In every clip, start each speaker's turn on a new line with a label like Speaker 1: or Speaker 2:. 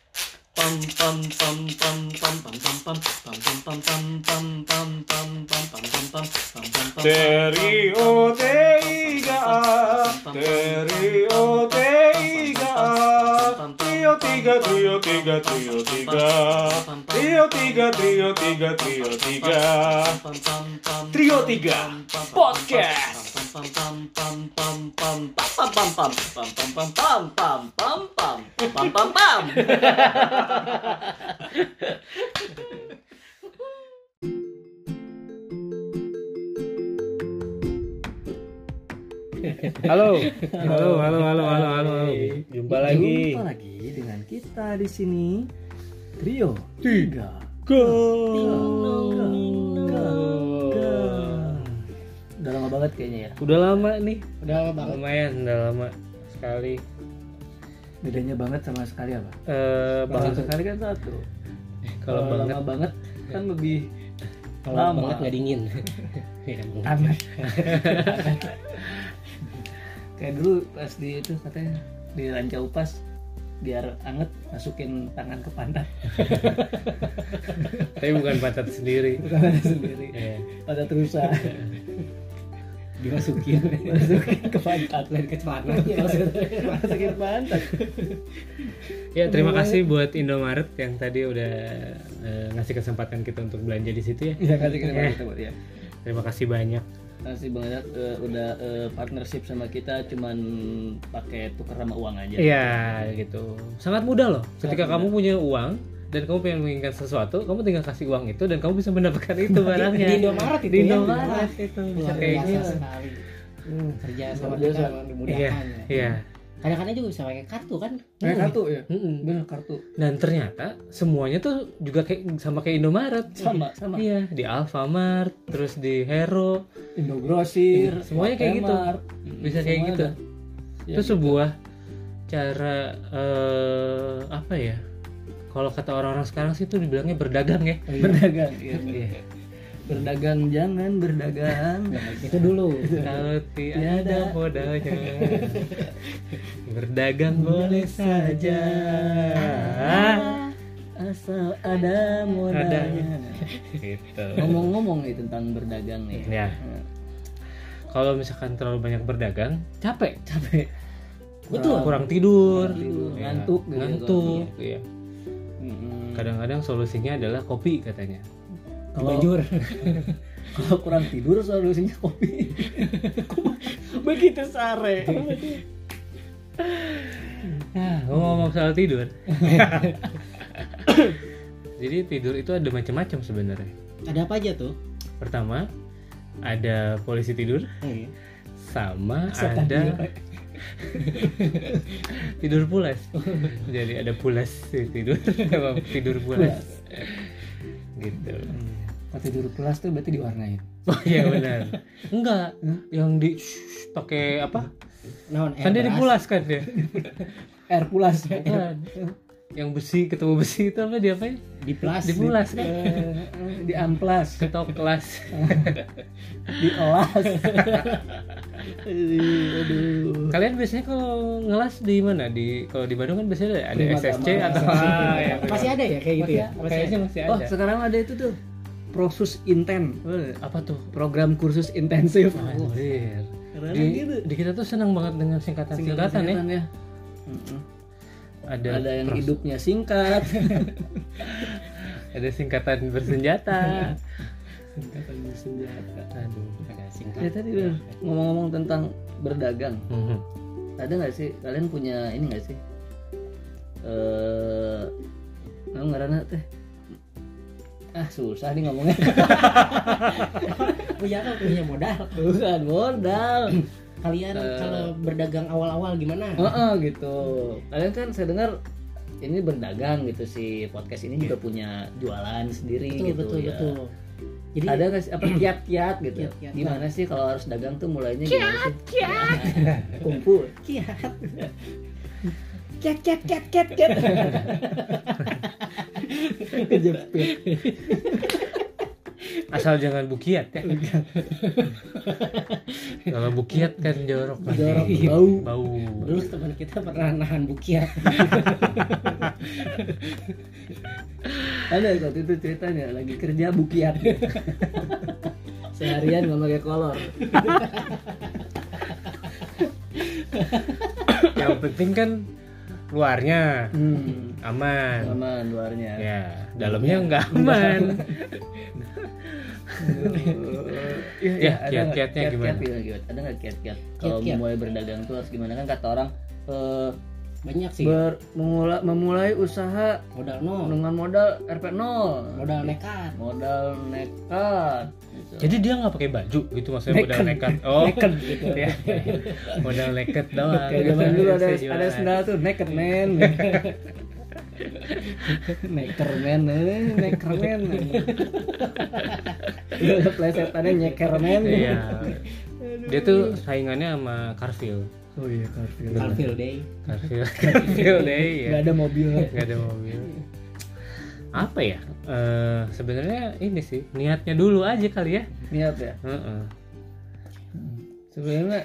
Speaker 1: pam pam pam pam pam pam pam pam pam pam pam pam pam pam pam pam pam pam pam pam pam
Speaker 2: T-R-I-O-T-I-G-A T-R-I-O-T-I-G-A Trio tiga, trio tiga, trio tiga Trio tiga, trio tiga, trio tiga Trio tiga Podcast
Speaker 3: Halo, halo, halo, halo, halo, halo, halo. Jumpa lagi.
Speaker 1: Jumpa lagi dengan kita di sini Trio
Speaker 3: Tiga.
Speaker 1: Udah lama banget kayaknya ya
Speaker 3: Udah lama nih,
Speaker 4: Udah lama banget.
Speaker 3: lumayan, udah lama sekali.
Speaker 1: Bedanya banget sama sekali apa?
Speaker 3: Eh,
Speaker 1: Kalau
Speaker 3: banget
Speaker 1: sekali kan satu
Speaker 3: kalau banget
Speaker 1: lama banget kan lebih
Speaker 4: Kalau
Speaker 1: Lama.
Speaker 4: banget nggak dingin. Ya, emang.
Speaker 1: aneh kayak dulu pas di itu katanya di ranca upas biar anget masukin tangan ke pantat
Speaker 3: tapi bukan pantat sendiri.
Speaker 1: bukan sendiri
Speaker 3: Iya.
Speaker 1: pada terusan
Speaker 4: Dimasukin.
Speaker 1: masukin ke pantat
Speaker 4: Lain ke celana ya maksudnya.
Speaker 1: masukin ke pantat
Speaker 3: Ya terima kasih buat Indomaret yang tadi udah eh, ngasih kesempatan kita untuk belanja di situ ya.
Speaker 1: ya kasih kita kita buat
Speaker 3: Iya.
Speaker 1: ya
Speaker 3: Terima kasih banyak.
Speaker 1: kasih banget eh, udah eh, partnership sama kita cuman pakai tuker sama uang aja
Speaker 3: Iya gitu. Sangat mudah loh. Ketika kamu punya uang dan kamu pengen menginginkan sesuatu, kamu tinggal kasih uang itu dan kamu bisa mendapatkan itu barangnya.
Speaker 4: Di Indomaret itu
Speaker 3: Di
Speaker 4: ya.
Speaker 3: Indomaret itu bisa
Speaker 4: Luar
Speaker 3: kayak
Speaker 4: biasa
Speaker 3: gitu.
Speaker 4: sekali. Kerja
Speaker 1: Hmm. Luar
Speaker 4: sama kita
Speaker 1: biasa.
Speaker 4: memang
Speaker 3: Iya,
Speaker 4: dimudahkan. ya.
Speaker 3: iya.
Speaker 4: Kadang-kadang juga bisa pakai kartu kan.
Speaker 1: Kayak
Speaker 3: Hmm.
Speaker 1: kartu ya
Speaker 4: Mm-mm.
Speaker 1: bener kartu
Speaker 3: Dan ternyata semuanya tuh juga kayak sama kayak Indomaret.
Speaker 1: sama sama
Speaker 3: Iya, di Alfamart, terus di Hero,
Speaker 1: Indogrosir
Speaker 3: Semuanya kayak gitu.
Speaker 1: Alfamart.
Speaker 3: bisa kayak
Speaker 1: Semuanya
Speaker 3: gitu.
Speaker 1: Hmm, ada. Ya,
Speaker 3: itu sebuah cara eh, apa ya? Kalau kata orang-orang sekarang sih itu dibilangnya berdagang ya.
Speaker 1: berdagang iya,
Speaker 3: Iya.
Speaker 1: berdagang jangan berdagang
Speaker 4: Itu dulu.
Speaker 3: Kalau tiada modalnya Berdagang boleh saja
Speaker 1: asal ada modalnya
Speaker 3: Gitu
Speaker 1: ngomong-ngomong nih tentang berdagang nih
Speaker 3: Ya Kalau misalkan terlalu banyak berdagang Capek Capek
Speaker 4: Betul.
Speaker 3: Kurang tidur
Speaker 1: Tidur,
Speaker 3: Ya,
Speaker 1: ngantuk gitu.
Speaker 3: Ngantuk ya.
Speaker 1: Mm-mm.
Speaker 3: Kadang-kadang solusinya adalah kopi katanya
Speaker 1: kalau kalau kurang tidur solusinya kopi begitu sare
Speaker 3: Nah, ngomong soal tidur Jadi tidur itu ada macam-macam sebenarnya
Speaker 1: Nah.
Speaker 4: Ada apa aja tuh?
Speaker 3: Pertama ada polisi tidur
Speaker 1: Iya.
Speaker 3: sama
Speaker 4: Setan
Speaker 3: ada
Speaker 4: tidur.
Speaker 3: tidur pulas jadi ada pulas tidur sama tidur pulas gitu
Speaker 1: kalau tidur pulas tuh berarti diwarnain
Speaker 3: oh iya benar enggak yang di shh, pakai apa
Speaker 4: Naon
Speaker 3: kan dia
Speaker 4: air eh, beras.
Speaker 3: dipulas kan dia
Speaker 1: air pulas ya kan?
Speaker 3: Bukan. yang besi ketemu besi itu apa dia apa
Speaker 4: Dipulas.
Speaker 3: dipulas kan
Speaker 1: di amplas
Speaker 3: ketok kelas
Speaker 1: di elas Iya, aduh
Speaker 3: kalian biasanya kalau ngelas di mana di kalau di Bandung kan biasanya ada, ada
Speaker 1: Prima
Speaker 3: SSC
Speaker 1: Tama.
Speaker 3: atau ah, ya,
Speaker 4: Masih ada ya kayak gitu ya? Masih
Speaker 3: kayaknya masih
Speaker 1: oh
Speaker 3: ada
Speaker 1: sekarang ada itu tuh proses inten
Speaker 3: apa tuh
Speaker 1: program kursus intensif
Speaker 3: Anjir.
Speaker 1: Karena
Speaker 3: Di,
Speaker 1: gitu.
Speaker 3: di kita tuh senang banget dengan singkatan-singkatan ya.
Speaker 1: ya. Mm-mm.
Speaker 3: Ada,
Speaker 1: Ada yang
Speaker 3: pros-
Speaker 1: hidupnya singkat.
Speaker 3: Ada singkatan bersenjata.
Speaker 1: Singkatan bersenjata.
Speaker 3: Aduh.
Speaker 4: ada singkat.
Speaker 1: Ya tadi udah ngomong-ngomong tentang berdagang, ada nggak sih kalian punya ini nggak sih? Eh, uh, ngarana teh? Ah susah nih ngomongnya.
Speaker 4: Punya apa? Punya modal.
Speaker 1: Bukan modal.
Speaker 4: Kalian
Speaker 1: Eh.
Speaker 4: kalau berdagang awal-awal gimana?
Speaker 1: Heeh gitu. Kalian kan saya dengar ini berdagang gitu si podcast ini juga punya jualan sendiri
Speaker 4: Betul,
Speaker 1: gitu
Speaker 4: betul,
Speaker 1: ya.
Speaker 4: betul. Jadi
Speaker 1: ada nggak sih apa kiat-kiat gitu
Speaker 4: Kiat-kiat.
Speaker 1: gimana sih kalau harus dagang tuh mulainya gimana sih kumpul
Speaker 4: kiat kiat kiat kiat kiat kiat
Speaker 1: kejepit
Speaker 3: Asal jangan bukiat ya. Kalau bukiat kan jorok. Pak.
Speaker 4: Jorok, bau.
Speaker 3: Bau.
Speaker 4: Dulu teman kita pernah nahan bukia.
Speaker 1: Ada waktu itu ceritanya lagi kerja bukiat.
Speaker 4: Seharian nggak pakai kolor.
Speaker 3: Yang penting kan luarnya
Speaker 1: Hmm. Iya.
Speaker 3: aman.
Speaker 1: Aman luarnya.
Speaker 3: Ya, dalamnya nggak aman.
Speaker 1: Iya,
Speaker 3: Ya,
Speaker 1: ada nggak
Speaker 3: kiat-kiatnya gimana?
Speaker 1: Kiat, ya, kiat. Ada nggak kiat-kiat? Kalau
Speaker 4: Kiat-kiat.
Speaker 1: mulai berdagang tuh harus gimana kan kata orang eh,
Speaker 4: Banyak sih.
Speaker 1: ber, memulai, memulai usaha
Speaker 4: Modal
Speaker 3: Oh.
Speaker 4: nol.
Speaker 1: dengan modal RP 0
Speaker 4: Modal nekat.
Speaker 1: modal nekat gitu.
Speaker 3: Jadi dia nggak pakai baju gitu maksudnya modal nekat. Oh,
Speaker 1: Naked gitu ya.
Speaker 3: modal nekat doang. gitu.
Speaker 1: Kayak zaman dulu ada
Speaker 3: Iya, Saya
Speaker 1: ada
Speaker 3: jualan.
Speaker 1: sendal tuh naked man. Necker man, eh, necker man. Lu ada plesetannya nyeker man.
Speaker 3: Iya. Dia tuh saingannya sama Carville.
Speaker 1: Oh iya Carville.
Speaker 4: Alfil day.
Speaker 3: Carville. Carville deh ya.
Speaker 1: Gak ada mobil.
Speaker 3: Gak ada mobil. Apa ya? Eh sebenarnya ini sih niatnya dulu aja kali ya.
Speaker 1: Niat ya.
Speaker 3: Heeh.
Speaker 1: Sebenarnya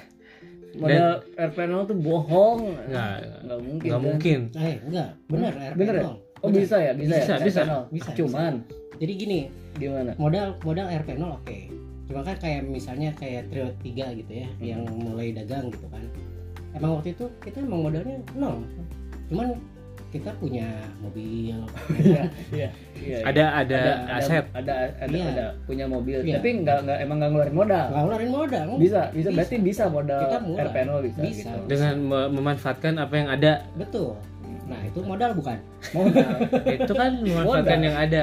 Speaker 1: modal RP0 tuh bohong.
Speaker 3: Nggak-
Speaker 1: Nggak mungkin.
Speaker 3: Nggak
Speaker 1: kan?
Speaker 3: mungkin.
Speaker 4: Eh enggak, benar RP
Speaker 1: Bener ya?
Speaker 4: nol.
Speaker 1: Oh
Speaker 4: Bener.
Speaker 1: bisa ya, bisa,
Speaker 3: Bisa,
Speaker 1: ya.
Speaker 3: bisa.
Speaker 1: RP0.
Speaker 4: Bisa,
Speaker 1: Cuman
Speaker 4: Jadi gini,
Speaker 1: gimana?
Speaker 4: modal modal RP0 oke cuma kan kayak misalnya kayak trio 3 gitu
Speaker 3: Hmm.
Speaker 4: ya yang mulai dagang gitu kan emang waktu itu kita emang modalnya nol cuman kita punya mobil
Speaker 3: Ah.
Speaker 1: Iya, iya, iya.
Speaker 3: Ada ada, aset.
Speaker 1: ada ada,
Speaker 4: Iya.
Speaker 1: ada punya mobil
Speaker 4: Iya.
Speaker 1: tapi nggak nggak emang nggak ngeluarin modal
Speaker 4: nggak ngeluarin modal
Speaker 1: bisa Oh, bisa berarti bisa modal
Speaker 4: Kita mulai.
Speaker 1: RPN lo bisa,
Speaker 4: Bisa.
Speaker 1: gitu
Speaker 3: Dengan me- memanfaatkan apa yang ada
Speaker 4: betul
Speaker 3: Hmm.
Speaker 4: nah itu modal bukan
Speaker 1: modal
Speaker 3: itu kan memanfaatkan
Speaker 1: Modal.
Speaker 3: yang ada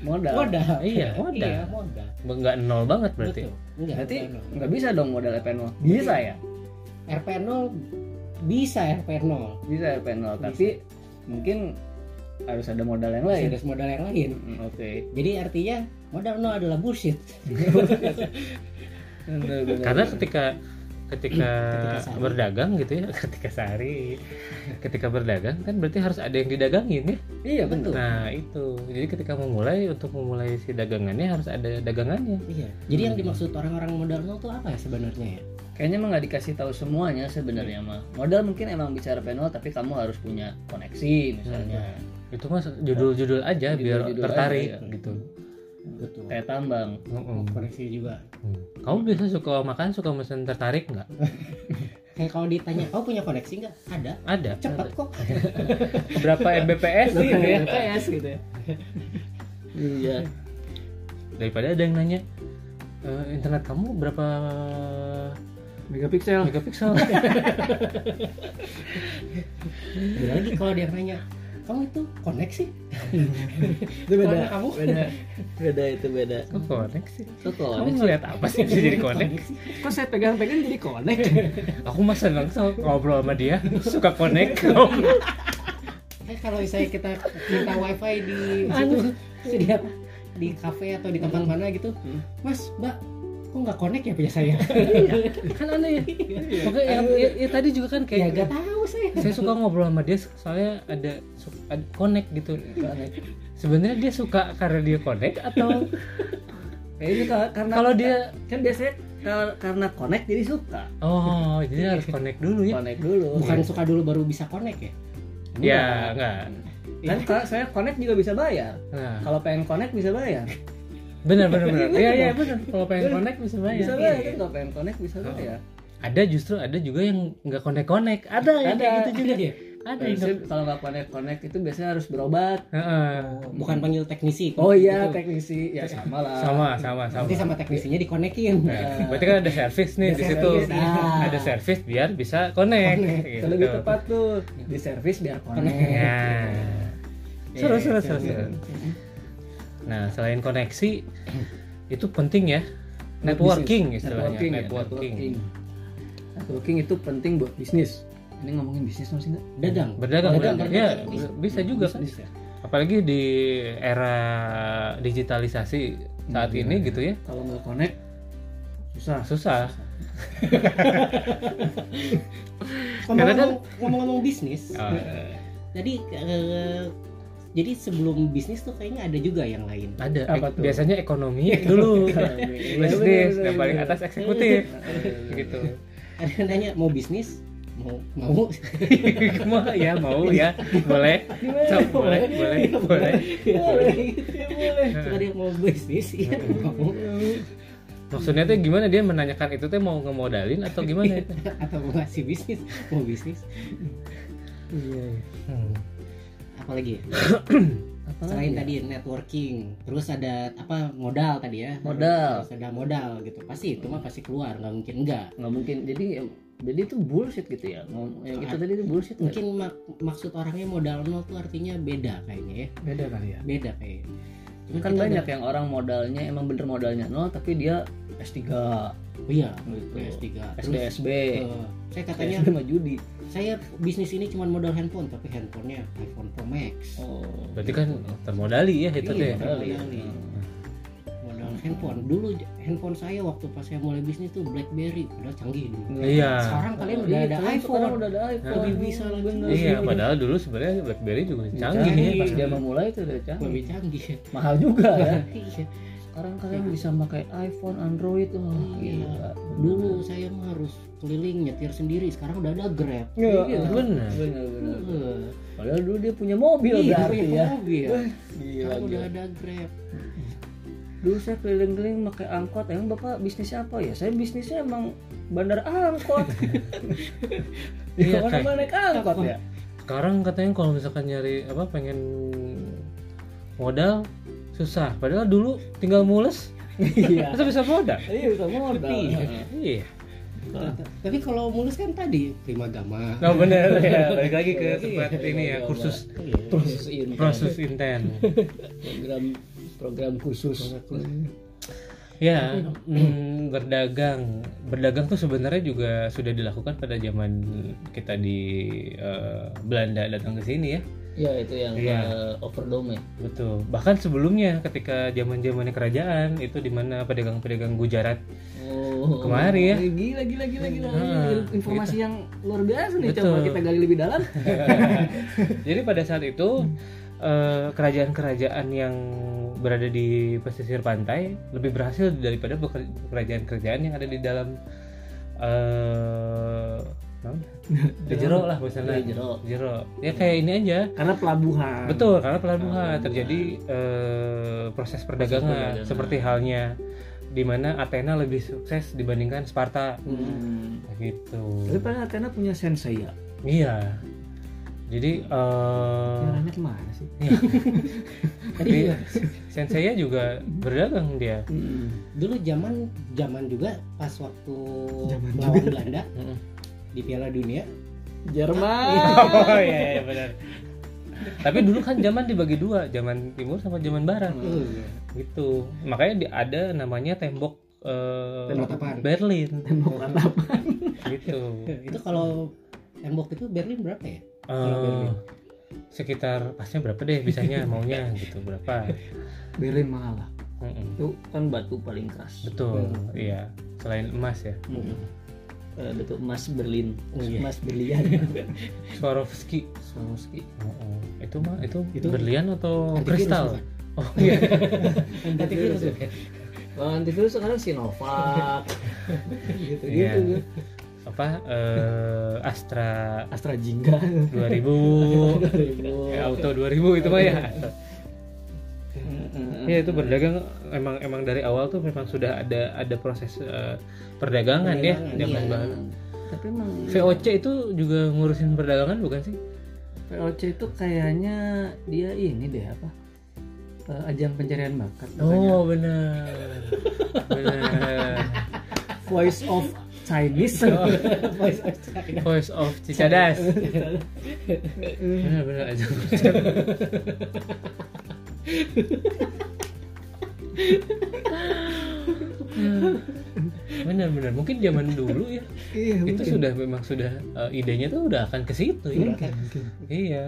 Speaker 1: modal
Speaker 4: modal
Speaker 3: Iya, modal.
Speaker 4: iya, modal
Speaker 3: nggak nol banget berarti
Speaker 4: betul enggak
Speaker 1: berarti
Speaker 4: bukan nol.
Speaker 1: nggak bisa dong modal RPN lo bisa ya
Speaker 4: RP0 bisa RP0
Speaker 1: bisa RPN lo tapi mungkin harus ada modal yang lain
Speaker 4: ada modal yang lain
Speaker 1: Mm, oke
Speaker 4: jadi artinya modal nol adalah bullshit
Speaker 1: Bener, bener.
Speaker 3: karena ketika ketika
Speaker 4: Ketika sehari.
Speaker 3: berdagang gitu ya ketika sehari ketika berdagang kan berarti harus ada yang didagangin ya
Speaker 1: iya betul
Speaker 3: nah itu jadi ketika memulai untuk memulai si dagangannya harus ada dagangannya
Speaker 4: iya
Speaker 3: Hmm.
Speaker 4: jadi yang dimaksud orang-orang modal nol tuh apa ya sebenarnya ya
Speaker 1: kayaknya emang nggak dikasih tahu semuanya sebenarnya mah modal mungkin emang bisa RPN lo tapi kamu harus punya koneksi
Speaker 3: Nah,
Speaker 1: misalnya
Speaker 3: itu mas judul-judul aja biar
Speaker 1: Judul-judul
Speaker 3: tertarik
Speaker 4: iya.
Speaker 1: aja, ya.
Speaker 3: gitu
Speaker 4: Nah, betul
Speaker 1: kayak tambang
Speaker 3: Mm-mm.
Speaker 4: koneksi juga
Speaker 3: Hmm. kamu biasa suka makan suka mesen tertarik nggak
Speaker 4: kayak kalau ditanya kau punya koneksi nggak ada
Speaker 3: ada
Speaker 4: cepat kok
Speaker 3: berapa mbps sih gitu ya
Speaker 1: PS gitu ya iya
Speaker 3: daripada ada yang nanya e, internet kamu berapa
Speaker 1: megapiksel
Speaker 3: megapiksel
Speaker 4: Beda lagi kalau dia nanya kamu itu koneksi
Speaker 1: itu
Speaker 4: Warna
Speaker 1: beda
Speaker 4: kamu.
Speaker 1: beda beda itu beda
Speaker 3: kok konek sih
Speaker 1: itu
Speaker 3: kamu
Speaker 1: konek
Speaker 3: ngeliat apa sih bisa jadi konek
Speaker 1: kok saya pegang-pegang jadi konek
Speaker 3: aku mah seneng sama ngobrol sama dia suka konek
Speaker 4: eh kalau misalnya kita minta wifi di situ sedia di kafe atau di tempat mana gitu
Speaker 1: Hmm.
Speaker 4: mas mbak kok nggak konek ya punya saya
Speaker 3: kan aneh ya Makanya yang, ya- ya tadi juga kan
Speaker 4: ya
Speaker 3: kayak
Speaker 4: nggak tahu saya
Speaker 3: saya suka ngobrol sama dia soalnya ada, su- ada konek gitu sebenarnya dia suka karena dia konek atau
Speaker 1: ini ka- Ya, karena
Speaker 3: kalau dia
Speaker 1: kan biasanya ka- karena konek jadi suka
Speaker 3: oh jadi harus konek dulu ya
Speaker 1: konek dulu
Speaker 4: bukan suka dulu baru bisa konek ya
Speaker 1: Iya.
Speaker 3: ya enggak
Speaker 1: kan ka- saya konek juga bisa bayar
Speaker 3: nah
Speaker 1: kalau pengen konek bisa bayar
Speaker 3: benar benar benar iya iya benar kalau pengen konek bisa bayar
Speaker 1: bisa bayar kan kalau pengen konek
Speaker 3: Oh.
Speaker 1: bisa bayar
Speaker 3: ada justru ada juga yang nggak konek konek ada yang
Speaker 1: Ada.
Speaker 3: kayak gitu juga
Speaker 4: ya
Speaker 3: ada yang
Speaker 1: Biasanya kalau nggak konek konek itu biasanya harus berobat
Speaker 3: Heeh.
Speaker 4: bukan panggil teknisi
Speaker 1: oh iya teknisi ya sama lah
Speaker 3: sama sama sama
Speaker 4: nanti sama teknisinya Eh, dikonekin
Speaker 3: Nah, berarti kan ada servis nih
Speaker 4: Ada
Speaker 3: di situ
Speaker 4: servis, nah.
Speaker 3: ada servis biar bisa connect,
Speaker 4: Connect.
Speaker 3: gitu.
Speaker 1: Itu lebih tepat tuh di servis biar konek
Speaker 3: Nah.
Speaker 1: Ya.
Speaker 4: Iya,
Speaker 3: seru
Speaker 4: iya,
Speaker 3: seru
Speaker 4: seru,
Speaker 3: seru
Speaker 4: seru.
Speaker 3: seru. nah selain koneksi itu penting ya networking istilahnya
Speaker 1: Nah, networking, ya, networking. Networking itu penting buat bisnis. Ini ngomongin bisnis masih nggak?
Speaker 4: dagang
Speaker 3: berdagang
Speaker 1: Berdagang,
Speaker 3: berdagang ya
Speaker 4: berdagang.
Speaker 3: bisa- bisa juga kan
Speaker 1: Oh, Bisnis ya.
Speaker 3: apalagi di era digitalisasi saat
Speaker 1: Iya.
Speaker 3: ini gitu ya
Speaker 1: Kalau nggak connect susah.
Speaker 3: susah
Speaker 4: Ngomong-
Speaker 3: Karena kan-
Speaker 4: ngomong- ngomong-ngomong bisnis
Speaker 3: Ah,
Speaker 4: Jadi eh, jadi sebelum bisnis tuh kayaknya ada juga yang lain
Speaker 3: ada
Speaker 1: Apa
Speaker 3: ek-
Speaker 1: tuh?
Speaker 3: biasanya ekonomi dulu bisnis
Speaker 1: Iya,
Speaker 3: yang
Speaker 1: iya,
Speaker 3: paling
Speaker 1: iya.
Speaker 3: atas eksekutif
Speaker 1: gitu
Speaker 3: gitu
Speaker 4: ada yang nanya mau bisnis mau mau
Speaker 3: Mau, ya mau ya boleh Cok, boleh boleh boleh
Speaker 4: Iya,
Speaker 1: Boleh.
Speaker 4: gitu ya, boleh suka dia mau bisnis iya mau
Speaker 3: maksudnya tuh gimana dia menanyakan itu tuh mau ngemodalin atau gimana itu
Speaker 4: atau mau ngasih bisnis mau bisnis
Speaker 1: iya
Speaker 3: Hmm.
Speaker 4: apalagi ya?
Speaker 1: apa
Speaker 4: selain tadi networking terus ada apa modal tadi ya
Speaker 1: Modal.
Speaker 4: terus ada modal gitu pasti itu mah pasti keluar nggak mungkin enggak
Speaker 1: nggak mungkin jadi em- jadi itu bullshit gitu ya Ngom- yang kita tadi itu bullshit nggak?
Speaker 4: mungkin mak- maksud orangnya modal nol tuh artinya beda kayaknya ya
Speaker 3: beda kali ya
Speaker 4: beda kayaknya Cuma
Speaker 1: kan
Speaker 4: kita
Speaker 1: banyak yang orang modalnya emang bener modalnya nol tapi dia S3
Speaker 4: udah- iya
Speaker 1: gitu
Speaker 4: PS3 terus
Speaker 1: SDSB
Speaker 3: Oh.
Speaker 4: eh, saya katanya
Speaker 1: SDSB mah judi
Speaker 4: saya bisnis ini cuma modal handphone tapi handphonenya iPhone Pro Max
Speaker 1: oh
Speaker 3: berarti kan termodali ya itu
Speaker 4: Iya.
Speaker 3: tuh ya.
Speaker 1: modal ya.
Speaker 4: Modal. modal handphone dulu j- handphone saya waktu pas saya mulai bisnis tuh BlackBerry padahal canggih dulu
Speaker 3: iya
Speaker 4: sekarang kalian udah
Speaker 1: Iya,
Speaker 4: ada
Speaker 1: sekarang
Speaker 4: iPhone
Speaker 1: udah ada iPhone
Speaker 4: Lebih bisa lagi.
Speaker 1: Bener.
Speaker 3: iya padahal dulu sebenarnya BlackBerry juga canggih
Speaker 1: canggih
Speaker 3: ya
Speaker 1: pas dia memulai itu udah canggih
Speaker 4: lebih canggih ya
Speaker 1: mahal juga ya
Speaker 4: Iya.
Speaker 1: sekarang kalian bisa pakai iPhone Android wah
Speaker 4: Iya.
Speaker 1: gila
Speaker 4: dulu saya mah harus keliling nyetir sendiri sekarang udah ada Grab
Speaker 1: Iya,
Speaker 3: Iya, bener
Speaker 1: bener bener
Speaker 4: Eh,
Speaker 1: padahal dulu dia punya Hmm. mobil
Speaker 4: iya,
Speaker 1: berarti
Speaker 4: punya
Speaker 1: ya
Speaker 4: mobil.
Speaker 1: gila
Speaker 4: Sekarang udah
Speaker 1: gila
Speaker 4: ada Grab
Speaker 1: dulu saya keliling-keliling pakai angkot emang bapak bisnisnya apa ya saya bisnisnya emang bandar angkot
Speaker 3: Iya,
Speaker 1: iya mana naik angkot ya
Speaker 3: sekarang katanya kalau misalkan nyari apa pengen modal susah padahal dulu tinggal mules
Speaker 1: iya
Speaker 3: masa bisa modal
Speaker 1: iya bisa modal
Speaker 4: Iya.
Speaker 3: iya
Speaker 4: Ta- tapi kalau mulus kan tadi prima gama
Speaker 3: nah bener ya balik lagi ke tempat
Speaker 1: Iya,
Speaker 3: ini ya
Speaker 1: iya,
Speaker 3: kursus
Speaker 1: proses ini
Speaker 3: proses inten
Speaker 1: program program khusus
Speaker 3: ya mm, berdagang berdagang tuh sebenarnya juga sudah dilakukan pada zaman kita di eh, Belanda datang ke sini ya
Speaker 1: ya itu yang
Speaker 3: Iya.
Speaker 1: eh, overdome ya.
Speaker 3: betul bahkan sebelumnya ketika zaman zamannya kerajaan itu di mana pedagang-pedagang Gujarat
Speaker 1: oh
Speaker 3: Kemari ya.
Speaker 1: gila gila gila gila
Speaker 3: Nah,
Speaker 1: informasi yang luar biasa nih
Speaker 3: Betul.
Speaker 1: coba kita gali lebih dalam
Speaker 3: Jadi pada saat itu eh, kerajaan-kerajaan yang berada di pesisir pantai lebih berhasil daripada beker- kerajaan-kerajaan yang ada di dalam eh naon? di jero lah misalnya
Speaker 1: Di jero.
Speaker 3: jero ya kayak ini aja
Speaker 1: karena pelabuhan
Speaker 3: betul karena pelabuhan
Speaker 1: Pelabuhan.
Speaker 3: terjadi eh, proses perdagangan
Speaker 1: perdagangan.
Speaker 3: seperti halnya di mana Athena lebih sukses dibandingkan Sparta
Speaker 1: Hmm.
Speaker 3: gitu
Speaker 1: tapi pada Athena punya sensei ya
Speaker 3: iya jadi eh,
Speaker 1: arahnya kemana sih
Speaker 3: Tapi sensei juga berdagang dia.
Speaker 4: dulu zaman zaman juga pas waktu
Speaker 1: Zaman
Speaker 4: lawan Belanda
Speaker 3: Mm-mm.
Speaker 4: di Piala Dunia
Speaker 1: Jerman
Speaker 3: Oh iya, iya benar. Tapi dulu kan zaman dibagi dua, zaman timur sama zaman barat
Speaker 4: eh,
Speaker 3: gitu. Makanya di- ada namanya tembok eh,
Speaker 1: Tembok
Speaker 4: apaan?
Speaker 3: Berlin
Speaker 1: tembok atap
Speaker 3: gitu.
Speaker 4: itu kalau tembok itu Berlin berapa ya
Speaker 3: Eh, sekitar pasnya berapa deh bisanya maunya gitu berapa
Speaker 1: Berlin mahal lah
Speaker 3: Mm-mm.
Speaker 1: itu kan batu paling keras
Speaker 3: betul iya selain emas ya
Speaker 1: Mm. Eh, batu emas Berlin
Speaker 4: Oh, iya.
Speaker 1: emas berlian
Speaker 3: Swarovski
Speaker 1: Swarovski
Speaker 3: Mm-mm. itu mah itu,
Speaker 4: Itu
Speaker 3: berlian atau
Speaker 4: Antivirus
Speaker 3: kristal
Speaker 4: bukan?
Speaker 3: oh iya
Speaker 4: antivirus bukan?
Speaker 1: kalau antivirus sekarang Sinovac gitu
Speaker 3: Iya.
Speaker 1: gitu
Speaker 3: apa eh, Astra
Speaker 1: Astra Jingga
Speaker 3: 2000 ya,
Speaker 1: Heeh.
Speaker 3: auto 2000 itu mah ya ya itu berdagang emang emang dari awal tuh memang sudah ada ada proses eh, perdagangan ya
Speaker 4: Perdagangan,
Speaker 3: zaman
Speaker 4: iya.
Speaker 3: banget
Speaker 1: tapi emang
Speaker 3: VOC itu juga ngurusin perdagangan bukan sih
Speaker 1: VOC itu kayaknya dia ini deh apa eh, ajang pencarian bakat katanya.
Speaker 3: oh benar benar
Speaker 1: Voice of Chinese
Speaker 4: Voice of China.
Speaker 3: voice of Cicadas benar benar aja benar benar mungkin zaman dulu ya
Speaker 1: iya
Speaker 3: itu sudah memang sudah eh, idenya tuh udah akan ke situ ya iya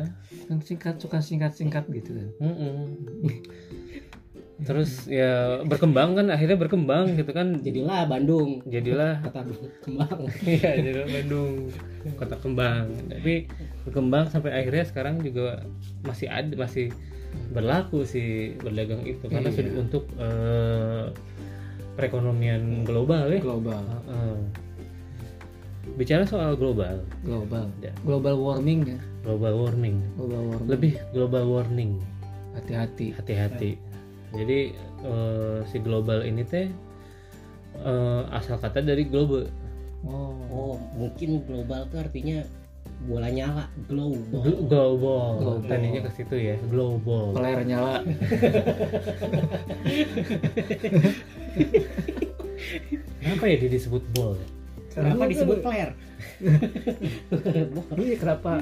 Speaker 1: yang singkat suka singkat singkat gitu kan
Speaker 3: Mm-mm. terus ya berkembang kan akhirnya berkembang gitu kan
Speaker 4: jadilah Bandung
Speaker 3: jadilah
Speaker 4: kata kembang
Speaker 3: Iya, jadi Bandung kota kembang. Tapi berkembang sampai akhirnya sekarang juga masih ada masih berlaku si berdagang itu karena
Speaker 2: Iya.
Speaker 3: sudah untuk eh, perekonomian global ya.
Speaker 1: global
Speaker 3: Heeh. Bicara soal global,
Speaker 1: global
Speaker 3: Ya.
Speaker 1: global warming ya
Speaker 3: global warming,
Speaker 1: global warming
Speaker 3: lebih global warning,
Speaker 1: hati-hati
Speaker 3: hati-hati. Jadi eh, si global ini teh eh, asal kata dari global,
Speaker 1: oh
Speaker 4: oh mungkin global tuh artinya bola nyala global
Speaker 3: Glo- global,
Speaker 1: Global.
Speaker 3: tadinya ke situ ya, global.
Speaker 1: peler nyala
Speaker 3: Kenapa ya dia disebut bol? ya?
Speaker 4: kenapa disebut player
Speaker 1: Aduh ya kenapa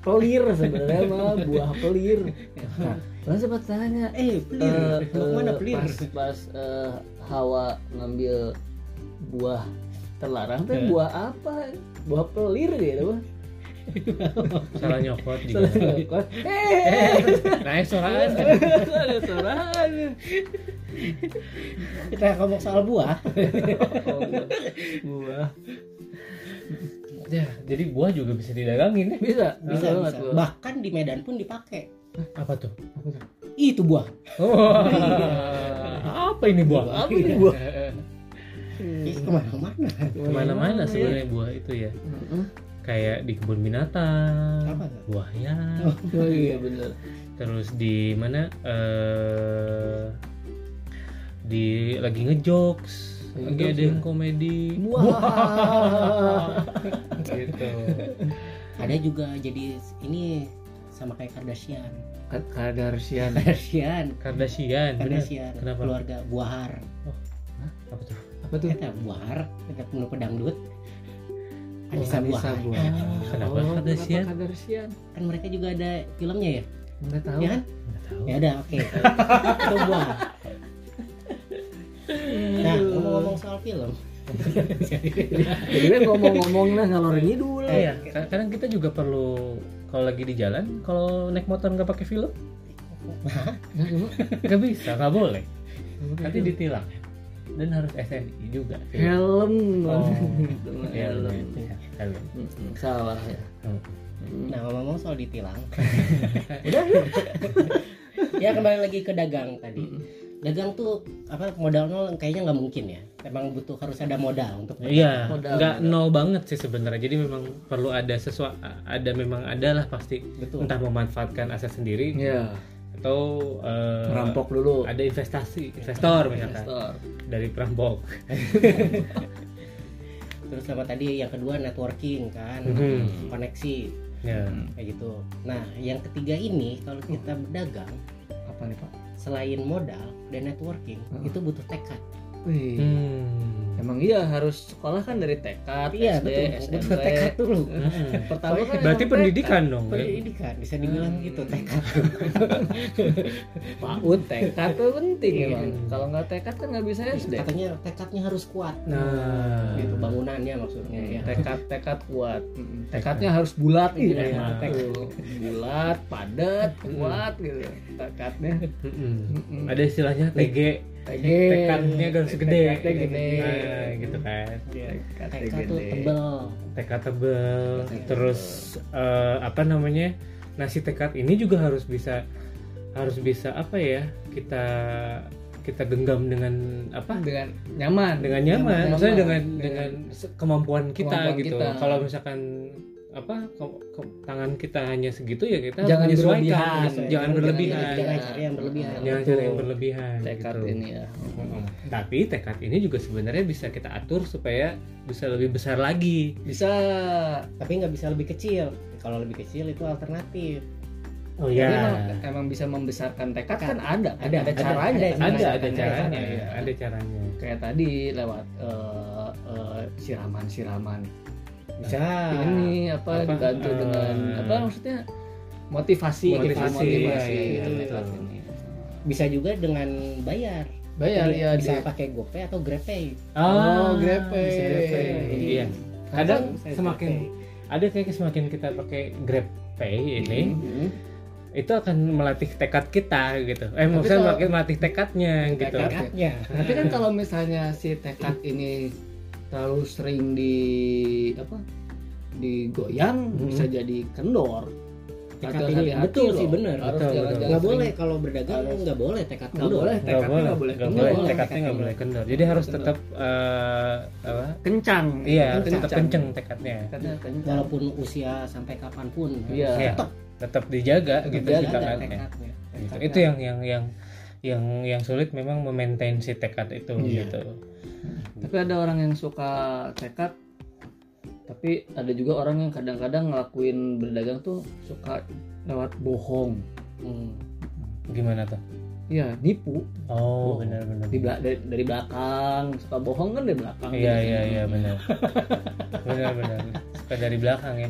Speaker 1: pelir sebenarnya mah buah pelir. Nah, orang sempat tanya
Speaker 4: eh pelir
Speaker 1: eh,
Speaker 4: mau
Speaker 1: eh,
Speaker 4: kemana pelir
Speaker 1: pas pas eh, hawa ngambil buah terlarang
Speaker 3: Ya.
Speaker 1: teh buah apa? Buah pelir gitu mah.
Speaker 3: Salah nyokot juga.
Speaker 1: Eh,
Speaker 3: Naik sorangan.
Speaker 1: Iya. ada sorangan.
Speaker 4: kita ngomong soal buah
Speaker 1: Ah, Buah
Speaker 3: Ya, jadi buah juga bisa didagangin ya.
Speaker 1: bisa
Speaker 4: bisa,
Speaker 1: banget
Speaker 4: bisa.
Speaker 1: buah.
Speaker 4: bahkan di Medan pun dipakai
Speaker 3: Apa tuh?
Speaker 4: Ih, itu buah
Speaker 3: Wah, Oh. apa ini buah?
Speaker 1: Apa ini buah? Hmm.
Speaker 4: Ih, Eh, kemana-mana
Speaker 3: Kemana-mana
Speaker 1: Iya.
Speaker 3: sebenarnya buah itu ya.
Speaker 1: Heeh.
Speaker 3: Kayak di kebun binatang,
Speaker 4: apa tuh?
Speaker 3: buah ya.
Speaker 1: Oh iya bener
Speaker 3: Terus di mana? Eh, di lagi ngejokes, lagi
Speaker 1: Ngejokes
Speaker 3: ada yang komedi.
Speaker 1: Buah
Speaker 3: Gitu.
Speaker 4: ada juga jadi ini sama kayak Kardashian
Speaker 1: Kadarsian
Speaker 4: Kardashian
Speaker 3: Kardashian, bener.
Speaker 4: Kardashian
Speaker 3: Kenapa?
Speaker 4: keluarga Eh, buahar
Speaker 3: Apa tuh?
Speaker 1: Apa tuh?
Speaker 4: kita buahar kita penuh pedangdut Anissa
Speaker 1: Anissa
Speaker 4: Buahar
Speaker 1: Buah.
Speaker 3: Kenapa
Speaker 1: Oh,
Speaker 3: Kardashian?
Speaker 1: Kenapa Kardashian?
Speaker 4: kan mereka juga ada filmnya ya
Speaker 1: Nggak tahu.
Speaker 4: ya
Speaker 3: Iya.
Speaker 4: kan
Speaker 3: Nggak tahu.
Speaker 4: ya udah oke itu buah nah ngomong-ngomong soal film
Speaker 1: Jadi kan ngomong-ngomong lah ngalor
Speaker 3: Oh
Speaker 1: ngidul.
Speaker 3: iya, ka- kadang kita juga perlu kalau lagi di jalan, kalau naik motor nggak pakai film,
Speaker 1: Nah, coba.
Speaker 3: nggak bisa, nggak boleh. Nanti ditilang. Dan harus SNI juga.
Speaker 1: helm.
Speaker 3: Oh,
Speaker 1: Gitu,
Speaker 3: iya,
Speaker 1: helm.
Speaker 3: iya, helm.
Speaker 1: Mm-mm, Salah ya.
Speaker 3: Hmm.
Speaker 1: Mm.
Speaker 4: nah ngomong-ngomong soal ditilang udah ya kembali lagi ke dagang tadi dagang tuh apa modal nol kayaknya nggak mungkin ya emang butuh harus ada modal untuk
Speaker 3: Iya,
Speaker 1: Modal,
Speaker 3: nggak
Speaker 1: modal.
Speaker 3: nol banget sih sebenarnya. Jadi memang perlu ada sesuatu, ada memang ada lah pasti.
Speaker 4: betul
Speaker 3: Entah memanfaatkan aset sendiri
Speaker 1: Ya,
Speaker 3: atau eh,
Speaker 1: merampok dulu.
Speaker 3: ada investasi investor misalkan
Speaker 1: Investor.
Speaker 3: dari perampok.
Speaker 4: terus sama tadi yang kedua networking kan
Speaker 3: Mhm.
Speaker 4: koneksi
Speaker 3: Ya.
Speaker 4: kayak gitu nah yang ketiga ini kalau
Speaker 3: Mm.
Speaker 4: kita berdagang
Speaker 1: Apa nih, Pak?
Speaker 4: selain modal dan networking
Speaker 1: Hmm.
Speaker 4: itu butuh tekad
Speaker 1: Wih.
Speaker 3: Hmm.
Speaker 1: Emang iya harus sekolah kan dari TK, SD,
Speaker 4: iya betul
Speaker 1: SMP.
Speaker 4: butuh tekad dulu
Speaker 3: Hmm.
Speaker 1: Pertama kan
Speaker 3: Berarti
Speaker 1: emang
Speaker 3: pendidikan dong ya.
Speaker 4: pendidikan bisa dibilang
Speaker 1: Hmm.
Speaker 4: gitu tekad
Speaker 1: TK. PAUD TK Oh, tuh penting
Speaker 4: Iya.
Speaker 1: emang. Kalau nggak tekad kan nggak bisa SD.
Speaker 4: katanya tekadnya harus kuat
Speaker 3: Nah,
Speaker 4: gitu bangunannya
Speaker 1: Iya,
Speaker 4: maksudnya ya
Speaker 1: tekad tekad kuat Mm-mm. tekadnya harus bulat gitu
Speaker 4: Iya,
Speaker 1: ya.
Speaker 4: tekad.
Speaker 1: Tuh, bulat padat kuat gitu tekadnya
Speaker 3: Mm-mm.
Speaker 1: Mm-mm.
Speaker 3: Ada istilahnya TG,
Speaker 1: TG.
Speaker 3: tekadnya harus gede.
Speaker 1: Tekadnya gede.
Speaker 3: Nah, gitu kan.
Speaker 1: tekad
Speaker 4: tekad
Speaker 1: gede.
Speaker 4: tuh tebel
Speaker 3: Tekad tebel, terus eh, apa namanya? Nasi tekad ini juga harus bisa harus bisa apa ya? Kita kita genggam dengan apa?
Speaker 1: dengan Hmm. nyaman
Speaker 3: Dengan nyaman, maksudnya dengan
Speaker 1: Dengan-
Speaker 3: dengan se- kemampuan kita
Speaker 1: Kemampuan
Speaker 3: gitu.
Speaker 1: kita.
Speaker 3: Kalau misalkan apa ke- ke- tangan kita hanya segitu ya kita
Speaker 1: Jangan
Speaker 3: menyesuaikan.
Speaker 1: berlebihan.
Speaker 3: jangan
Speaker 1: Jangan
Speaker 3: berlebihan
Speaker 4: jangan cari yang berlebihan
Speaker 3: jangan cari yang berlebihan
Speaker 1: tekad
Speaker 3: gitu.
Speaker 1: ini ya
Speaker 3: Mm-mm. Tapi tekad ini juga sebenarnya bisa kita atur supaya bisa lebih besar lagi.
Speaker 1: bisa
Speaker 4: tapi nggak bisa lebih kecil kalau lebih kecil itu alternatif
Speaker 3: Oh
Speaker 1: tapi emang, emang bisa membesarkan tekad kan ada kan? ada
Speaker 4: Ada, ada,
Speaker 1: caranya
Speaker 4: ada,
Speaker 1: kan?
Speaker 3: Ada ada
Speaker 1: Membesarkan
Speaker 3: caranya,
Speaker 1: tekadnya, iya.
Speaker 3: ada caranya.
Speaker 1: kayak tadi lewat eh, eh, siraman-siraman
Speaker 4: bisa
Speaker 1: Nah, ini
Speaker 3: Apa?
Speaker 1: apa, dibantu
Speaker 3: Eh,
Speaker 1: dengan apa maksudnya motivasi
Speaker 3: Motivasi,
Speaker 1: motivasi
Speaker 3: iya, iya,
Speaker 1: gitu,
Speaker 3: betul.
Speaker 1: lewat ini.
Speaker 4: bisa juga dengan bayar
Speaker 1: bayar
Speaker 4: Jadi
Speaker 1: ya
Speaker 4: bisa
Speaker 1: di
Speaker 4: pakai GoPay atau GrabPay
Speaker 1: Oh,
Speaker 3: Ah,
Speaker 1: grepe.
Speaker 3: bisa grepe. Iya. Kadang
Speaker 4: Bisa
Speaker 3: semakin ada kayak semakin kita pakai Grab Pay ini,
Speaker 1: Hmm.
Speaker 3: itu akan melatih tekad kita gitu. Eh
Speaker 1: Tapi
Speaker 3: maksudnya
Speaker 1: kalau-
Speaker 3: melatih, melatih tekadnya gitu.
Speaker 4: Tekadnya.
Speaker 1: Tapi kan kalau misalnya si tekad ini terlalu sering di apa digoyang
Speaker 3: Mhm.
Speaker 1: bisa jadi kendor.
Speaker 4: Tekad
Speaker 1: Harus
Speaker 4: ini
Speaker 1: hati-hati
Speaker 4: betul
Speaker 1: loh.
Speaker 4: sih bener.
Speaker 1: Harus
Speaker 3: Betul,
Speaker 1: jangan
Speaker 3: betul.
Speaker 1: jangan
Speaker 4: Nggak boleh
Speaker 1: sering-
Speaker 4: kalau berdagang
Speaker 1: Harus-
Speaker 4: nggak boleh tekad
Speaker 1: nggak
Speaker 4: kendor.
Speaker 1: boleh
Speaker 3: Nggak
Speaker 1: tekadnya nggak boleh
Speaker 3: boleh, nggak
Speaker 1: kendor.
Speaker 3: boleh,
Speaker 4: Nggak boleh
Speaker 3: tekadnya nggak
Speaker 4: tekadnya.
Speaker 3: boleh kendor. Jadi harus
Speaker 1: Kendor.
Speaker 3: tetap eh, apa?
Speaker 1: Kencang.
Speaker 3: Iya, harus
Speaker 1: Kencang.
Speaker 3: tetap kenceng tekadnya.
Speaker 1: Tekadnya kencang.
Speaker 4: Walaupun usia sampai kapanpun.
Speaker 1: Iya.
Speaker 4: harus
Speaker 3: Iya.
Speaker 4: Tetap
Speaker 3: Tetap dijaga gitu
Speaker 1: Dijaga,
Speaker 3: kita
Speaker 4: ada
Speaker 3: kan. ya.
Speaker 4: tekadnya.
Speaker 3: Gitu. Itu yang yang yang yang yang sulit memang memaintain si tekad itu
Speaker 1: Iya.
Speaker 3: gitu.
Speaker 1: Tapi ada orang yang suka tekad tapi ada juga orang yang kadang-kadang ngelakuin berdagang tuh suka lewat bohong.
Speaker 4: Hmm.
Speaker 3: Gimana tuh?
Speaker 1: Iya, nipu
Speaker 3: Oh,
Speaker 1: Oh.
Speaker 3: benar-benar.
Speaker 1: Di bela- dari, dari belakang, suka bohong kan dari belakang.
Speaker 3: Iya iya iya benar. benar benar. Suka dari belakang ya.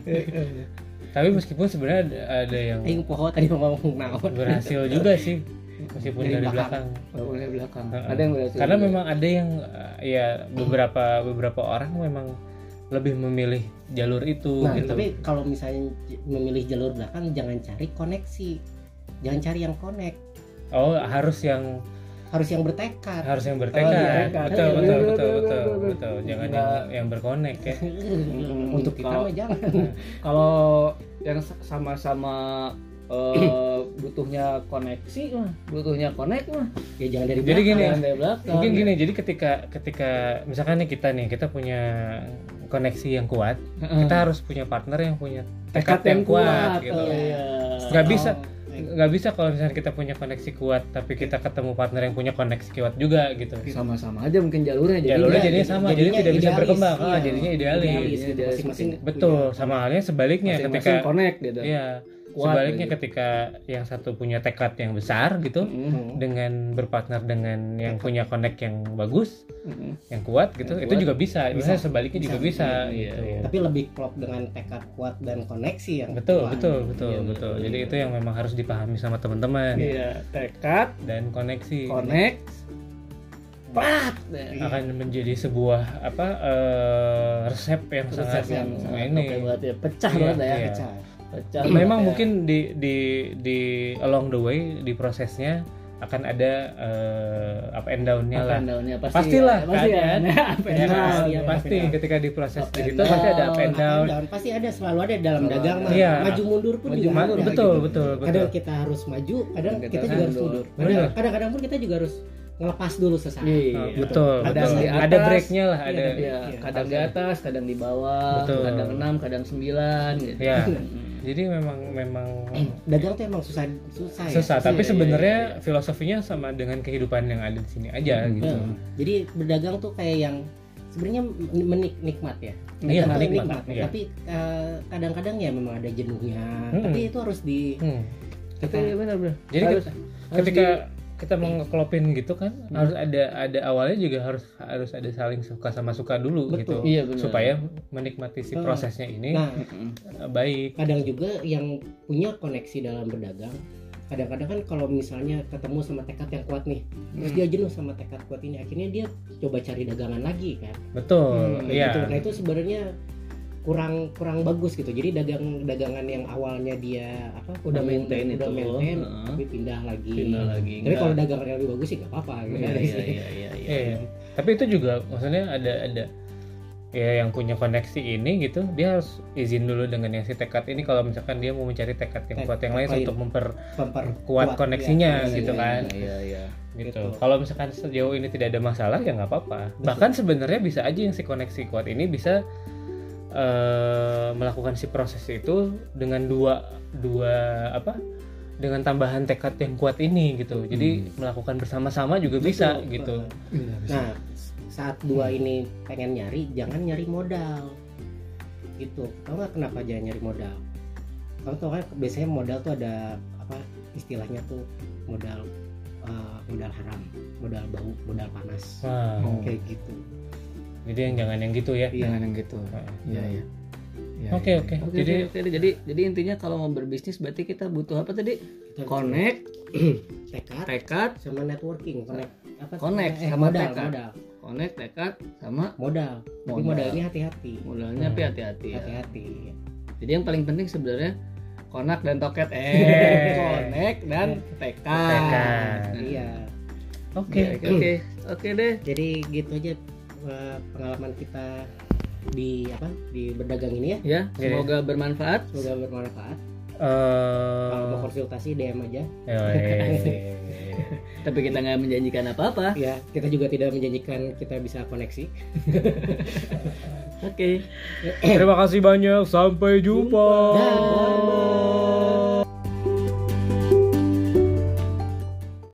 Speaker 3: Tapi meskipun sebenarnya ada, ada yang
Speaker 4: Aing poho tadi mau ngomong naon.
Speaker 3: berhasil juga sih meskipun
Speaker 4: Dari
Speaker 3: dari,
Speaker 4: belakang.
Speaker 3: belakang.
Speaker 1: Walaupun dari belakang.
Speaker 3: Heeh.
Speaker 1: Ada yang berhasil.
Speaker 3: Karena
Speaker 1: juga.
Speaker 3: memang ada yang eh, ya beberapa beberapa orang memang lebih memilih jalur itu
Speaker 4: Nah,
Speaker 3: gitu.
Speaker 4: tapi kalau misalnya j- memilih jalur belakang jangan cari koneksi. Jangan cari yang connect,
Speaker 3: Oh, harus yang
Speaker 4: harus yang bertekad.
Speaker 3: harus yang
Speaker 1: Harus yang
Speaker 3: bertekad.
Speaker 1: bertekad.
Speaker 3: Betul betul
Speaker 1: Iya,
Speaker 3: betul
Speaker 1: iya, iya,
Speaker 3: betul
Speaker 1: iya,
Speaker 3: betul.
Speaker 1: iya.
Speaker 3: Jangan
Speaker 1: Nggak.
Speaker 3: yang yang berkonek ya.
Speaker 4: Untuk kita
Speaker 1: Kalau-
Speaker 4: mah jangan.
Speaker 1: kalau yang sa- sama-sama eh, butuhnya koneksi mah, butuhnya connect mah.
Speaker 4: Ya jangan dari
Speaker 3: Jadi gini,
Speaker 1: Jangan dari belakang.
Speaker 3: Mungkin gini, jadi ketika ketika misalkan nih kita nih kita punya koneksi yang kuat,
Speaker 1: Heeh.
Speaker 3: kita harus punya partner yang punya
Speaker 1: tekad yang kuat,
Speaker 3: gitu.
Speaker 1: oh, iya.
Speaker 3: Nggak bisa.
Speaker 1: Gitu.
Speaker 4: eh,
Speaker 3: Nggak bisa kalau misalnya kita punya koneksi kuat tapi kita ketemu partner yang punya koneksi kuat juga gitu.
Speaker 1: sama-sama aja mungkin jalurnya jadi
Speaker 3: Jalurnya
Speaker 1: nggak-
Speaker 3: Ya, jadinya sama, jadi
Speaker 4: iya, jadinya
Speaker 3: tidak bisa
Speaker 4: idealis,
Speaker 3: berkembang. Ah,
Speaker 4: iya.
Speaker 3: jadinya idealis.
Speaker 4: Idealis, gitu,
Speaker 1: Idealis,
Speaker 4: masing-masing.
Speaker 3: Betul, sama halnya sebaliknya
Speaker 1: Iya. masing-masing
Speaker 3: ya, ketika
Speaker 1: connect gitu.
Speaker 3: iya,
Speaker 1: Kuat
Speaker 3: sebaliknya
Speaker 1: gitu.
Speaker 3: ketika yang satu punya tekad yang besar gitu
Speaker 1: Mm,
Speaker 4: Hmm.
Speaker 3: dengan berpartner dengan yang punya konek yang bagus,
Speaker 1: mm.
Speaker 3: yang kuat gitu.
Speaker 1: Yang
Speaker 3: itu
Speaker 1: kuat.
Speaker 3: juga bisa. Bisa sebaliknya
Speaker 4: Bisa.
Speaker 3: juga bisa
Speaker 1: Iya, iya,
Speaker 3: gitu.
Speaker 1: iya.
Speaker 4: Tapi lebih klop dengan tekad kuat dan koneksi yang
Speaker 3: Betul,
Speaker 4: kuat.
Speaker 3: betul, betul,
Speaker 1: Iya,
Speaker 3: betul.
Speaker 1: betul.
Speaker 3: Jadi itu yang memang harus dipahami sama teman-teman
Speaker 1: Iya, tekad,
Speaker 3: dan koneksi.
Speaker 1: connect, prat.
Speaker 4: Iya.
Speaker 3: akan menjadi sebuah apa eh, resep yang sangat
Speaker 1: Resep yang sangat
Speaker 3: ini.
Speaker 1: oke banget ya, pecah
Speaker 3: Iya,
Speaker 1: banget ya.
Speaker 3: iya.
Speaker 4: Pecah.
Speaker 1: Pecah.
Speaker 3: Memang
Speaker 1: banget ya.
Speaker 3: mungkin di di di along the way di prosesnya akan ada eh, up and down-nya
Speaker 1: Up
Speaker 3: lah.
Speaker 1: and down-nya pasti.
Speaker 3: Pastilah,
Speaker 1: ya, pasti ya.
Speaker 3: kan?
Speaker 1: Up and
Speaker 3: Ya kan?
Speaker 1: down.
Speaker 4: iya,
Speaker 3: pasti
Speaker 4: up and down.
Speaker 3: ketika di proses
Speaker 1: Up and
Speaker 3: digital pasti ada up and
Speaker 4: Up and
Speaker 3: down.
Speaker 4: Oh, down. Pasti ada selalu ada dalam
Speaker 1: Selalu
Speaker 4: dagang
Speaker 1: ada.
Speaker 4: mah.
Speaker 3: Iya.
Speaker 4: Maju mundur pun
Speaker 1: Maju
Speaker 4: juga
Speaker 1: mundur,
Speaker 4: ada.
Speaker 3: Betul,
Speaker 1: gitu.
Speaker 3: betul, betul.
Speaker 4: Kadang kita harus maju, kadang
Speaker 1: Kadang
Speaker 4: kita
Speaker 1: kita
Speaker 4: juga harus
Speaker 1: mundur.
Speaker 4: mundur.
Speaker 3: Bener.
Speaker 4: Kadang- Kadang-kadang pun kita juga harus ngelepas dulu sesaat.
Speaker 1: Iya.
Speaker 3: Oh, betul,
Speaker 1: Ada
Speaker 3: betul.
Speaker 1: di
Speaker 3: Ada
Speaker 1: atas,
Speaker 3: breaknya lah, ada.
Speaker 1: Iya,
Speaker 4: Iya,
Speaker 1: kadang di atas, kadang di bawah,
Speaker 3: Betul.
Speaker 1: kadang enam, kadang sembilan gitu.
Speaker 3: Ya.
Speaker 1: Mm.
Speaker 3: Jadi memang memang
Speaker 4: Eh, Dagang tuh emang susah susah ya.
Speaker 3: susah, tapi
Speaker 1: Iya, iya,
Speaker 3: sebenarnya filosofinya sama dengan kehidupan yang ada di sini aja
Speaker 1: Hmm.
Speaker 3: gitu.
Speaker 4: Hmm. Jadi berdagang tuh kayak yang sebenarnya menik nikmat ya.
Speaker 3: Iya,
Speaker 4: Dagang tuh
Speaker 3: nikmat, iya.
Speaker 4: Tapi eh, kadang-kadang ya memang ada jenuhnya.
Speaker 3: Hmm.
Speaker 4: Tapi itu harus di
Speaker 3: Hmm.
Speaker 1: Tapi Iya, benar benar.
Speaker 3: Jadi
Speaker 1: Harus-
Speaker 3: kita-
Speaker 1: harus
Speaker 3: ketika kita mau ngeklopin gitu kan
Speaker 4: Hmm.
Speaker 3: harus ada ada awalnya juga harus harus ada saling suka sama suka dulu gitu
Speaker 4: Betul.
Speaker 1: Iya benar.
Speaker 3: supaya menikmati si
Speaker 4: Hmm.
Speaker 3: prosesnya ini
Speaker 4: Nah,
Speaker 1: Mm-mm.
Speaker 3: eh, baik
Speaker 4: kadang juga yang punya koneksi dalam berdagang kadang-kadang kan kalau misalnya ketemu sama tekad yang kuat nih terus dia jenuh sama tekad kuat ini akhirnya dia coba cari dagangan lagi kan
Speaker 3: betul
Speaker 1: Hmm,
Speaker 4: Kayak gitu.
Speaker 3: iya
Speaker 4: nah itu sebenarnya kurang kurang bagus gitu jadi dagang dagangan yang awalnya dia apa
Speaker 1: udah
Speaker 4: mau-
Speaker 1: maintain itu. Iya,
Speaker 4: udah maintain
Speaker 1: Heeh.
Speaker 4: tapi pindah lagi
Speaker 1: Pindah lagi.
Speaker 4: tapi kalau dagangan yang lebih bagus sih nggak apa-apa gitu
Speaker 1: Iya, iya, iya, iya, iya.
Speaker 3: Iya. tapi itu juga maksudnya ada ada ya yang punya koneksi ini gitu dia harus izin dulu dengan yang si tekad ini kalau misalkan dia mau mencari tekad yang
Speaker 4: Tekad
Speaker 3: kuat yang lain
Speaker 4: lain.
Speaker 3: untuk memperkuat
Speaker 4: Pemper-
Speaker 3: koneksinya
Speaker 4: iya,
Speaker 3: gitu
Speaker 4: iya,
Speaker 3: kan
Speaker 1: Iya, iya.
Speaker 3: gitu.
Speaker 4: Betul.
Speaker 3: Kalau misalkan sejauh ini tidak ada masalah ya nggak apa-apa. Bahkan sebenarnya bisa aja yang si koneksi kuat ini bisa eh, melakukan si proses itu dengan dua dua apa? Dengan tambahan tekad yang kuat ini gitu. Jadi melakukan bersama-sama juga bisa
Speaker 4: Hmm. Betul.
Speaker 3: gitu.
Speaker 4: nah saat dua ini pengen nyari jangan nyari modal gitu tau nggak kenapa jangan nyari modal kamu tau kan biasanya modal tuh ada apa istilahnya tuh modal eh, modal haram modal bau modal panas
Speaker 3: Wah,
Speaker 1: Oh.
Speaker 4: kayak gitu Iya.
Speaker 3: Jadi yang jangan yang gitu ya.
Speaker 1: Jangan yang gitu.
Speaker 4: Nah.
Speaker 3: Heeh.
Speaker 1: Iya, iya. Iya,
Speaker 3: Oke,
Speaker 1: iya,
Speaker 3: oke.
Speaker 1: iya. Oke,
Speaker 3: Jadi-
Speaker 1: oke, oke. jadi jadi intinya kalau mau berbisnis berarti kita butuh apa tadi?
Speaker 4: Kita
Speaker 1: Connect,
Speaker 4: tekad
Speaker 1: tekad,
Speaker 4: sama networking connect apa
Speaker 1: Connect
Speaker 4: eh,
Speaker 1: sama
Speaker 4: modal
Speaker 1: tekad.
Speaker 4: modal
Speaker 1: connect, tekad sama
Speaker 4: modal tapi
Speaker 1: Modal.
Speaker 4: modal ini hati-hati
Speaker 1: modalnya tapi
Speaker 3: Hmm.
Speaker 1: hati-hati ya.
Speaker 4: hati-hati
Speaker 1: Jadi yang paling penting sebenarnya konak dan toket
Speaker 3: Eh.
Speaker 1: eh konek dan tekan
Speaker 3: Tekan.
Speaker 1: Nah,
Speaker 4: iya
Speaker 3: Oke,
Speaker 1: oke oke oke deh
Speaker 4: jadi gitu aja eh, pengalaman kita di apa di berdagang ini ya
Speaker 1: ya
Speaker 3: Oke.
Speaker 1: semoga bermanfaat
Speaker 4: semoga bermanfaat kalau mau
Speaker 3: Eh, ya,
Speaker 4: konsultasi DM aja
Speaker 3: yoi.
Speaker 1: tapi kita nggak menjanjikan apa apa
Speaker 4: ya kita juga tidak menjanjikan kita bisa koneksi
Speaker 1: oke
Speaker 3: Terima kasih banyak. Sampai jumpa.
Speaker 4: Dah.